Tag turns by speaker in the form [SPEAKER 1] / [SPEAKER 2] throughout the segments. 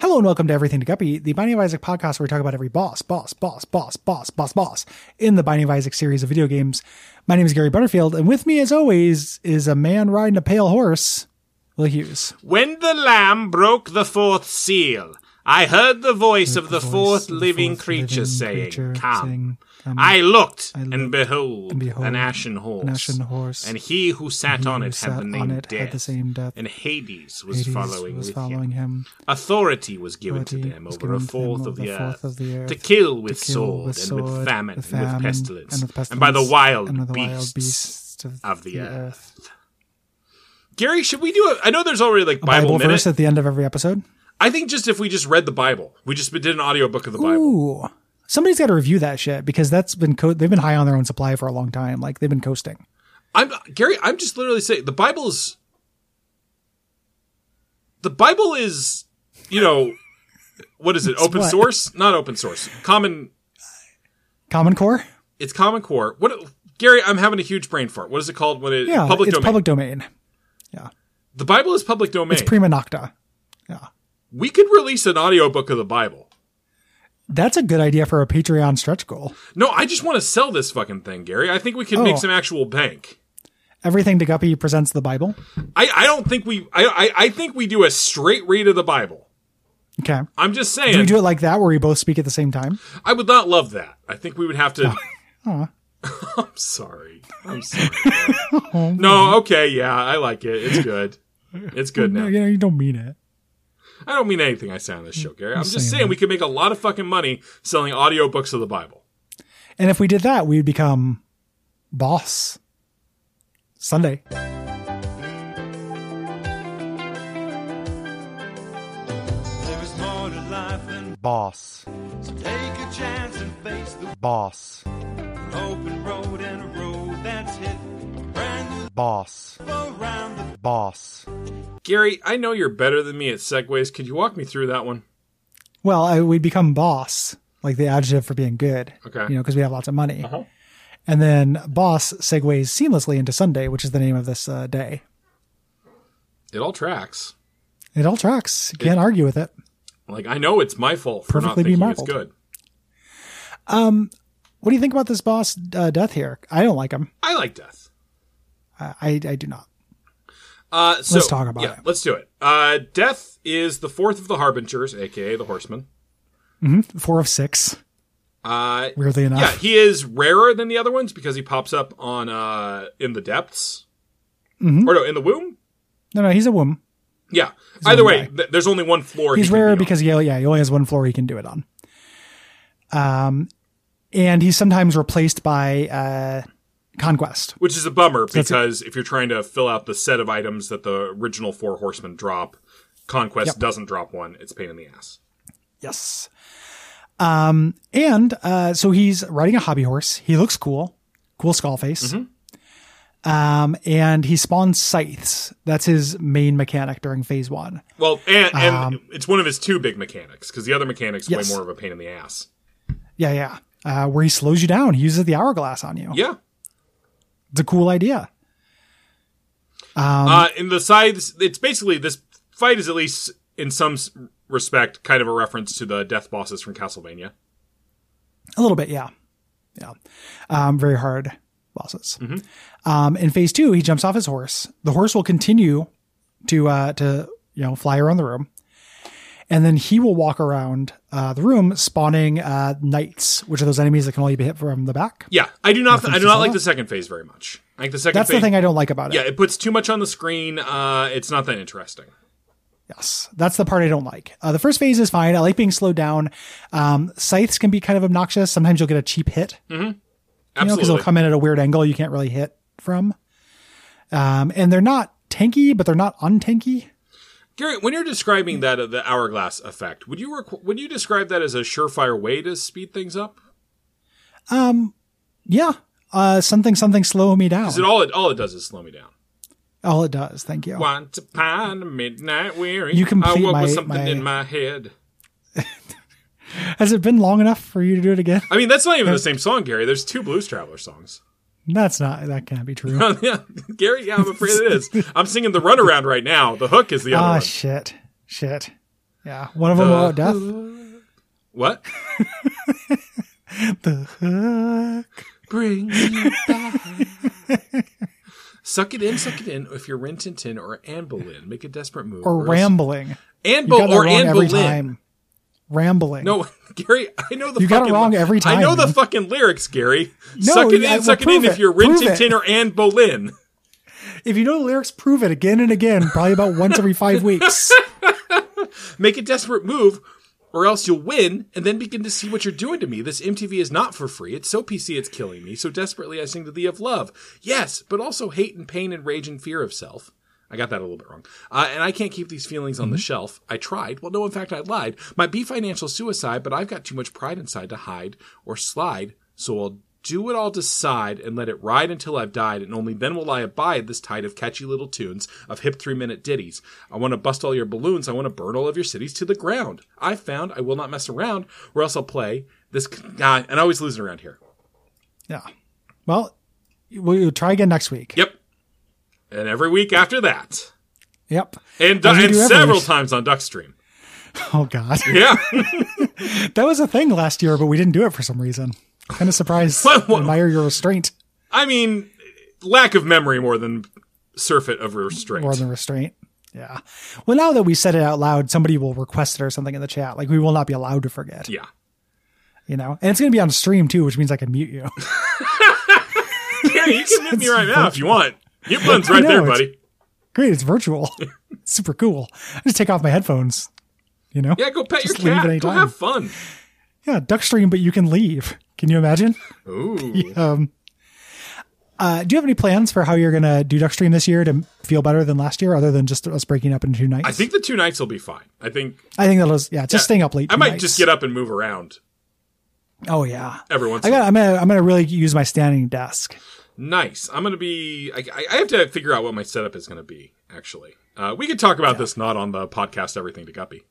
[SPEAKER 1] Hello and welcome to Everything to Guppy, the Binding of Isaac podcast where we talk about every boss, boss, boss, boss, boss, boss, boss in the Binding of Isaac series of video games. My name is Gary Butterfield, and with me, as always, is a man riding a pale horse, Will Hughes.
[SPEAKER 2] When the lamb broke the fourth seal, I heard the voice of the,
[SPEAKER 1] voice
[SPEAKER 2] fourth
[SPEAKER 1] of the
[SPEAKER 2] living
[SPEAKER 1] fourth
[SPEAKER 2] creature
[SPEAKER 1] living
[SPEAKER 2] saying,
[SPEAKER 1] creature
[SPEAKER 2] Come.
[SPEAKER 1] saying, "Come."
[SPEAKER 2] I looked,
[SPEAKER 1] I
[SPEAKER 2] and,
[SPEAKER 1] looked,
[SPEAKER 2] behold,
[SPEAKER 1] and behold,
[SPEAKER 2] an ashen horse.
[SPEAKER 1] an ashen horse.
[SPEAKER 2] And he who sat on
[SPEAKER 1] who
[SPEAKER 2] it
[SPEAKER 1] sat
[SPEAKER 2] had the
[SPEAKER 1] on
[SPEAKER 2] name
[SPEAKER 1] it had
[SPEAKER 2] Death.
[SPEAKER 1] the same death.
[SPEAKER 2] And Hades was
[SPEAKER 1] Hades
[SPEAKER 2] following
[SPEAKER 1] was
[SPEAKER 2] with
[SPEAKER 1] following
[SPEAKER 2] him.
[SPEAKER 1] him.
[SPEAKER 2] Authority was given
[SPEAKER 1] Authority
[SPEAKER 2] to them
[SPEAKER 1] was
[SPEAKER 2] over a
[SPEAKER 1] given to them
[SPEAKER 2] fourth,
[SPEAKER 1] over
[SPEAKER 2] of, the
[SPEAKER 1] the fourth
[SPEAKER 2] earth,
[SPEAKER 1] of the earth,
[SPEAKER 2] to kill with
[SPEAKER 1] kill
[SPEAKER 2] sword,
[SPEAKER 1] with
[SPEAKER 2] and
[SPEAKER 1] sword,
[SPEAKER 2] with famine,
[SPEAKER 1] with
[SPEAKER 2] and
[SPEAKER 1] famine,
[SPEAKER 2] with pestilence,
[SPEAKER 1] and with
[SPEAKER 2] by the
[SPEAKER 1] pestilence,
[SPEAKER 2] wild,
[SPEAKER 1] and by the wild
[SPEAKER 2] beasts,
[SPEAKER 1] beasts of
[SPEAKER 2] of the,
[SPEAKER 1] the
[SPEAKER 2] earth. Gary, should we do it? I know there's already like
[SPEAKER 1] A
[SPEAKER 2] Bible,
[SPEAKER 1] Bible
[SPEAKER 2] minute.
[SPEAKER 1] verse at the end of every episode.
[SPEAKER 2] I think just if we just read the Bible, we just did an audiobook of the Bible.
[SPEAKER 1] Ooh. Somebody's got to review that shit because that's been co- they've been high on their own supply for a long time. Like they've been coasting.
[SPEAKER 2] I'm Gary. I'm just literally saying the Bible is the Bible is you know what is it? open
[SPEAKER 1] what?
[SPEAKER 2] source? Not open source. Common.
[SPEAKER 1] Common Core,
[SPEAKER 2] It's Common Core. What Gary? I'm having a huge brain fart. What is it called? When it
[SPEAKER 1] yeah,
[SPEAKER 2] public
[SPEAKER 1] it's
[SPEAKER 2] domain?
[SPEAKER 1] public domain. Yeah,
[SPEAKER 2] the Bible is public domain.
[SPEAKER 1] it's prima nocta. Yeah,
[SPEAKER 2] we could release an audiobook of the Bible.
[SPEAKER 1] that's a good idea for a Patreon stretch goal.
[SPEAKER 2] No, I just want to sell this fucking thing, Gary. I think we can
[SPEAKER 1] Oh.
[SPEAKER 2] make some actual bank.
[SPEAKER 1] Everything to Guppy presents the Bible.
[SPEAKER 2] I, I don't think we. I, I I think we do a straight read of the Bible.
[SPEAKER 1] Okay,
[SPEAKER 2] I'm just saying.
[SPEAKER 1] do we do it like that where we both speak at the same time?
[SPEAKER 2] I would not love that. I think we would have to. I'm sorry. I'm sorry.
[SPEAKER 1] Oh,
[SPEAKER 2] no, okay, yeah, I like it. It's good. It's good now.
[SPEAKER 1] You know, you don't mean it.
[SPEAKER 2] I don't mean anything I say on this show, Gary. I'm just
[SPEAKER 1] saying
[SPEAKER 2] saying we could make a lot of fucking money selling audiobooks of the Bible.
[SPEAKER 1] And if we did that, we'd become boss. Sunday.
[SPEAKER 3] There is more to life than
[SPEAKER 4] Boss.
[SPEAKER 3] so take a chance and face the
[SPEAKER 4] Boss.
[SPEAKER 3] open road and a road that's hit. Brand new
[SPEAKER 4] Boss.
[SPEAKER 3] around the
[SPEAKER 4] Boss.
[SPEAKER 2] Gary, I know you're better than me at segues. Could you walk me through that one?
[SPEAKER 1] Well, I, we become boss, like the adjective for being good.
[SPEAKER 2] Okay. Uh-huh.
[SPEAKER 1] You know, because we have lots of money. And then boss segues seamlessly into Sunday, which is the name of this uh, day.
[SPEAKER 2] It all tracks.
[SPEAKER 1] It all tracks. You can't argue with it.
[SPEAKER 2] Like I know it's my fault for
[SPEAKER 1] Perfectly
[SPEAKER 2] not thinking
[SPEAKER 1] bemarbled.
[SPEAKER 2] it's good.
[SPEAKER 1] What do you think about this boss uh, death here? I don't like him.
[SPEAKER 2] I like death.
[SPEAKER 1] I, I, I do not.
[SPEAKER 2] Uh, so,
[SPEAKER 1] Let's talk about
[SPEAKER 2] yeah,
[SPEAKER 1] it.
[SPEAKER 2] Let's do it. Uh, death is the fourth of the harbingers, aka the horseman.
[SPEAKER 1] Four of six,
[SPEAKER 2] Uh,
[SPEAKER 1] weirdly enough.
[SPEAKER 2] Yeah, he is rarer than the other ones because he pops up on uh in the depths.
[SPEAKER 1] Mm-hmm.
[SPEAKER 2] Or no, in the womb?
[SPEAKER 1] no, no, he's a womb.
[SPEAKER 2] Yeah. Either
[SPEAKER 1] only
[SPEAKER 2] way,
[SPEAKER 1] guy.
[SPEAKER 2] th- there's only one floor. he
[SPEAKER 1] He's
[SPEAKER 2] can be
[SPEAKER 1] rarer
[SPEAKER 2] on.
[SPEAKER 1] because he, yeah, he only has one floor he can do it on. Um, and he's sometimes replaced by uh, conquest.
[SPEAKER 2] which is a bummer
[SPEAKER 1] that's it.
[SPEAKER 2] because if you're trying to fill out the set of items that the original four horsemen drop, conquest
[SPEAKER 1] Yep.
[SPEAKER 2] doesn't drop one. It's a pain in the ass.
[SPEAKER 1] Yes. Um, and uh, so he's riding a hobby horse. He looks cool, cool skull face.
[SPEAKER 2] Mm-hmm.
[SPEAKER 1] Um, and he spawns scythes. That's his main mechanic during phase one.
[SPEAKER 2] Well, and, and it's one of his two big mechanics because the other mechanic's
[SPEAKER 1] Um, Yes.
[SPEAKER 2] way more of a pain in the ass.
[SPEAKER 1] Yeah, yeah. Uh, where he slows you down. He uses the hourglass on you.
[SPEAKER 2] Yeah.
[SPEAKER 1] It's a cool idea. Um,
[SPEAKER 2] uh, in the sides, it's basically this fight is at least in some s- respect kind of a reference to the death bosses from Castlevania.
[SPEAKER 1] A little bit, yeah. Yeah. Um, very hard bosses. Um, in phase two, he jumps off his horse. The horse will continue to, uh, to, you know, fly around the room. And then he will walk around uh, the room, spawning uh, knights, which are those enemies that can only be hit from the back.
[SPEAKER 2] Yeah, I do not. I do
[SPEAKER 1] to
[SPEAKER 2] not
[SPEAKER 1] follow.
[SPEAKER 2] like the second phase very much. I think the second.
[SPEAKER 1] That's
[SPEAKER 2] phase,
[SPEAKER 1] the thing I don't like about it.
[SPEAKER 2] Yeah, it puts too much on the screen. Uh, it's not that interesting.
[SPEAKER 1] Yes, that's the part I don't like. Uh, the first phase is fine. I like being slowed down. Um, scythes can be kind of obnoxious. Sometimes you'll get a cheap hit, you know, because
[SPEAKER 2] Absolutely.
[SPEAKER 1] they'll come in at a weird angle you can't really hit from. Um, and they're not tanky, but they're not untanky.
[SPEAKER 2] Gary, when you're describing that uh, the hourglass effect, would you requ- would you describe that as a surefire way to speed things up?
[SPEAKER 1] Yeah, uh, something something slow me down.
[SPEAKER 2] Is it all it all it does is slow me down.
[SPEAKER 1] all it does. Thank you.
[SPEAKER 2] Once upon a midnight weary,
[SPEAKER 1] You complete
[SPEAKER 2] I woke
[SPEAKER 1] my-
[SPEAKER 2] with something
[SPEAKER 1] my-
[SPEAKER 2] in my head.
[SPEAKER 1] Has it been long enough for you to do it again?
[SPEAKER 2] I mean, that's not even the same song, Gary. There's two Blues Traveler songs.
[SPEAKER 1] That's not. That can't be true.
[SPEAKER 2] yeah, Gary. Yeah, I'm afraid it is. I'm singing the runaround right now. The hook is the other
[SPEAKER 1] Ah,
[SPEAKER 2] one.
[SPEAKER 1] shit, shit. Yeah, one of them will death.
[SPEAKER 2] What?
[SPEAKER 1] The hook.
[SPEAKER 2] brings you back. suck it in, suck it in. If you're Rin Tin Tin or Anne Boleyn, make a desperate move.
[SPEAKER 1] Or
[SPEAKER 2] else-
[SPEAKER 1] rambling.
[SPEAKER 2] Anne
[SPEAKER 1] You got
[SPEAKER 2] Bo-
[SPEAKER 1] that
[SPEAKER 2] Oh, or
[SPEAKER 1] wrong
[SPEAKER 2] Anne
[SPEAKER 1] every
[SPEAKER 2] Boleyn.
[SPEAKER 1] time. Rambling.
[SPEAKER 2] No, Gary, I know the
[SPEAKER 1] You got it
[SPEAKER 2] fucking
[SPEAKER 1] wrong every
[SPEAKER 2] I know
[SPEAKER 1] time,
[SPEAKER 2] the
[SPEAKER 1] man.
[SPEAKER 2] fucking lyrics, Gary.
[SPEAKER 1] No,
[SPEAKER 2] suck it
[SPEAKER 1] yeah,
[SPEAKER 2] in,
[SPEAKER 1] well,
[SPEAKER 2] suck it in
[SPEAKER 1] prove
[SPEAKER 2] if
[SPEAKER 1] it,
[SPEAKER 2] you're Rin
[SPEAKER 1] prove
[SPEAKER 2] Tin
[SPEAKER 1] it.
[SPEAKER 2] Tin or Anne Boleyn.
[SPEAKER 1] If you know the lyrics, prove it again and again, probably about once every five weeks.
[SPEAKER 2] Make a desperate move. Or else you'll win and then begin to see what you're doing to me. This MTV is not for free. It's so PC it's killing me. So desperately I sing to thee of love. Yes, but also hate and pain and rage and fear of self. I got that a little bit wrong. Uh, and I can't keep these feelings on the shelf. I tried. Well, no, in fact, I lied. Might be financial suicide, but I've got too much pride inside to hide or slide. So I'll do what I'll decide and let it ride until I've died, and only then will I abide this tide of catchy little tunes, of hip three minute ditties. I want to bust all your balloons, I want to burn all of your cities to the ground. I found I will not mess around, or else I'll play this. Ah, and I always lose it around here.
[SPEAKER 1] yeah. Well, we'll try again next week.
[SPEAKER 2] Yep. And every week after that.
[SPEAKER 1] Yep.
[SPEAKER 2] And,
[SPEAKER 1] As we
[SPEAKER 2] and
[SPEAKER 1] do every
[SPEAKER 2] several
[SPEAKER 1] week.
[SPEAKER 2] times on Duckstream.
[SPEAKER 1] Oh, God.
[SPEAKER 2] Yeah.
[SPEAKER 1] That was a thing last year, but we didn't do it for some reason. Kind of surprised.
[SPEAKER 2] What- what-
[SPEAKER 1] Admire your restraint
[SPEAKER 2] I mean, lack of memory more than surfeit of restraint.
[SPEAKER 1] more than restraint. Yeah. Well, now that we said it out loud, somebody will request it or something in the chat. Like, we will not be allowed to forget,
[SPEAKER 2] yeah.
[SPEAKER 1] you know? And it's going to be on stream, too, which means I can mute you.
[SPEAKER 2] Gary, you can hit me right now if you want. Your button's right
[SPEAKER 1] I know,
[SPEAKER 2] there,
[SPEAKER 1] it's-
[SPEAKER 2] buddy.
[SPEAKER 1] Great. It's virtual. Super cool. I just take off my headphones, you know?
[SPEAKER 2] Yeah, go pet your
[SPEAKER 1] Just leave
[SPEAKER 2] cat.
[SPEAKER 1] any
[SPEAKER 2] Go
[SPEAKER 1] time.
[SPEAKER 2] have fun.
[SPEAKER 1] Yeah, duck stream, but you can leave. Can you imagine?
[SPEAKER 2] Ooh.
[SPEAKER 1] Um, uh, do you have any plans for how you're going to do duck stream this year to feel better than last year, other than just us breaking up into two nights?
[SPEAKER 2] I think the two nights will be fine. I think
[SPEAKER 1] I think that was yeah, just
[SPEAKER 2] Yeah.
[SPEAKER 1] staying up late.
[SPEAKER 2] I
[SPEAKER 1] two
[SPEAKER 2] might
[SPEAKER 1] nights.
[SPEAKER 2] just get up and move around
[SPEAKER 1] Oh yeah,
[SPEAKER 2] every once
[SPEAKER 1] I
[SPEAKER 2] in a
[SPEAKER 1] got.
[SPEAKER 2] while.
[SPEAKER 1] I'm gonna. I'm gonna really use my standing desk.
[SPEAKER 2] Nice. I'm going to be. I, I- I have to figure out what my setup is going to be, actually. Uh, we could talk about this not on the podcast, Everything to Guppy.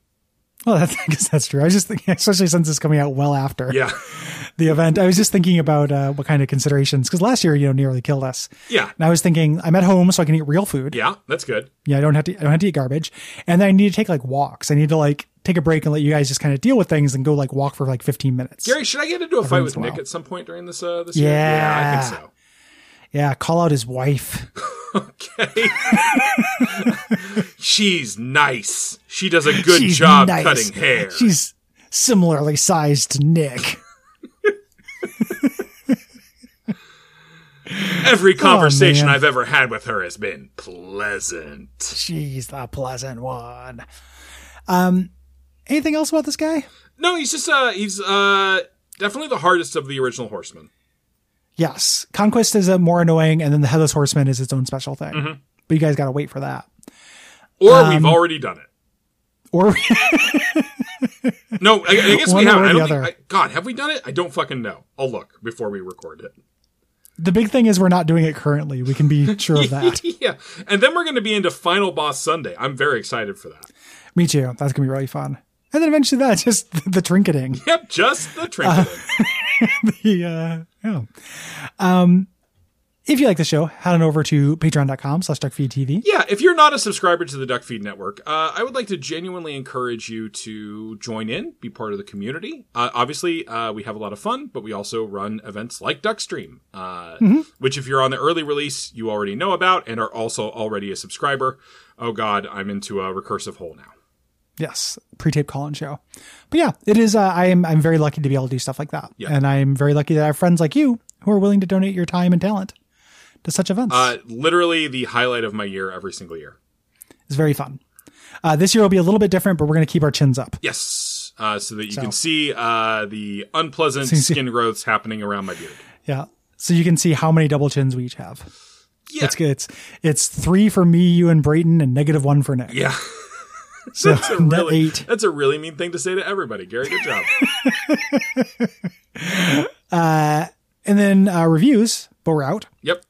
[SPEAKER 1] Well, that's, I guess that's true. I was just thinking, especially since it's coming out well after
[SPEAKER 2] Yeah.
[SPEAKER 1] the event. I was just thinking about uh, what kind of considerations because last year, you know, nearly killed us.
[SPEAKER 2] Yeah.
[SPEAKER 1] And I was thinking, I'm at home, so I can eat real food.
[SPEAKER 2] Yeah. That's good.
[SPEAKER 1] Yeah, I don't have to. I don't have to eat garbage. And then I need to take like walks. I need to like take a break and let you guys just kind of deal with things and go like walk for like 15 minutes.
[SPEAKER 2] Gary, should I get into a fight
[SPEAKER 1] once
[SPEAKER 2] with
[SPEAKER 1] in a
[SPEAKER 2] Nick
[SPEAKER 1] while.
[SPEAKER 2] at some point during this uh, this year?
[SPEAKER 1] Yeah.
[SPEAKER 2] Yeah, I think so.
[SPEAKER 1] Yeah, call out his wife.
[SPEAKER 2] Okay. She's nice. She does a good
[SPEAKER 1] She's
[SPEAKER 2] job
[SPEAKER 1] nice.
[SPEAKER 2] cutting hair.
[SPEAKER 1] She's similarly sized to Nick.
[SPEAKER 2] Every conversation
[SPEAKER 1] man.
[SPEAKER 2] I've ever had with her has been pleasant.
[SPEAKER 1] She's the pleasant one. Um, anything else about this guy?
[SPEAKER 2] No, he's just uh he's uh definitely the hardest of the original horsemen.
[SPEAKER 1] Yes, Conquest is a more annoying, and then the Headless Horseman is its own special thing. But you guys got to wait for that.
[SPEAKER 2] Or
[SPEAKER 1] Um,
[SPEAKER 2] we've already done it.
[SPEAKER 1] Or
[SPEAKER 2] No, I, I guess
[SPEAKER 1] One
[SPEAKER 2] we have.
[SPEAKER 1] or
[SPEAKER 2] I
[SPEAKER 1] the
[SPEAKER 2] don't think,
[SPEAKER 1] other.
[SPEAKER 2] I, God, have we done it? I don't fucking know. I'll look before we record it.
[SPEAKER 1] the big thing is we're not doing it currently. We can be sure of that.
[SPEAKER 2] yeah, and then we're going to be into Final Boss Sunday. I'm very excited for that.
[SPEAKER 1] Me too. That's gonna be really fun. And then eventually that just the, the trinketing.
[SPEAKER 2] Yep, just the
[SPEAKER 1] Uh,
[SPEAKER 2] trinket.
[SPEAKER 1] the uh, yeah. Um, if you like the show, head on over to Patreon.com/slash DuckFeedTV.
[SPEAKER 2] Yeah, if you're not a subscriber to the Duckfeed Network, uh, I would like to genuinely encourage you to join in, be part of the community. Uh, obviously, uh, we have a lot of fun, but we also run events like Duckstream, uh, which, if you're on the early release, you already know about and are also already a subscriber. Oh God, I'm into a recursive hole now.
[SPEAKER 1] Yes, pre-tape call-in show. But yeah, it is. Uh, I am. I'm very lucky to be able to do stuff like that,
[SPEAKER 2] Yeah.
[SPEAKER 1] and I'm very lucky that I have friends like you who are willing to donate your time and talent to such events.
[SPEAKER 2] Uh, literally the highlight of my year every single year.
[SPEAKER 1] it's very fun. Uh, this year will be a little bit different, but we're going to keep our chins up.
[SPEAKER 2] Yes, uh, so that you can
[SPEAKER 1] So-
[SPEAKER 2] see uh, the unpleasant
[SPEAKER 1] you-
[SPEAKER 2] skin growths happening around my beard.
[SPEAKER 1] Yeah. So you can see how many double chins we each have.
[SPEAKER 2] Yeah,
[SPEAKER 1] It's good. It's it's three for me, you, and Brayton, and negative one for Nick.
[SPEAKER 2] yeah.
[SPEAKER 1] So
[SPEAKER 2] That's a
[SPEAKER 1] net
[SPEAKER 2] really
[SPEAKER 1] eight.
[SPEAKER 2] that's a really mean thing to say to everybody. Gary, good job.
[SPEAKER 1] And then uh, reviews, but we're out.
[SPEAKER 2] yep.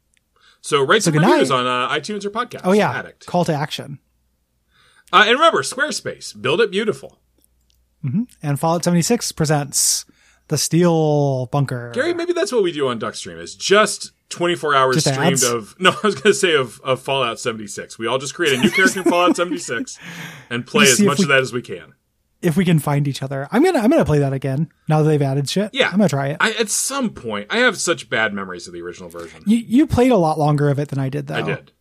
[SPEAKER 2] So write some
[SPEAKER 1] good
[SPEAKER 2] reviews
[SPEAKER 1] night.
[SPEAKER 2] on uh, iTunes or podcast.
[SPEAKER 1] Oh yeah,
[SPEAKER 2] Addict.
[SPEAKER 1] call to action
[SPEAKER 2] Uh, and remember, Squarespace, build it beautiful.
[SPEAKER 1] and Fallout seventy six presents the Steel Bunker.
[SPEAKER 2] Gary, maybe that's what we do on Duckstream is just 24 hours
[SPEAKER 1] Just
[SPEAKER 2] streamed
[SPEAKER 1] ads?
[SPEAKER 2] of no, I was going to say of, of Fallout 76. We all just create a new character in Fallout 76 and play
[SPEAKER 1] Let's
[SPEAKER 2] as
[SPEAKER 1] see if
[SPEAKER 2] much
[SPEAKER 1] we-
[SPEAKER 2] of that as we can.
[SPEAKER 1] if we can find each other. I'm gonna I'm gonna play that again now that they've added shit.
[SPEAKER 2] Yeah.
[SPEAKER 1] I'm gonna try it.
[SPEAKER 2] I, at some point, I have such bad memories of the original version.
[SPEAKER 1] you you played a lot longer of it than I did though.
[SPEAKER 2] I did.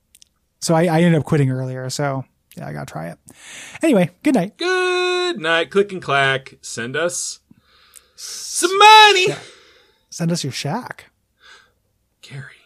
[SPEAKER 1] So I, I ended up quitting earlier. So yeah, I gotta try it. Anyway, good night.
[SPEAKER 2] Good night. Click and clack. Send us some money.
[SPEAKER 1] Send us your shack.
[SPEAKER 2] Gary.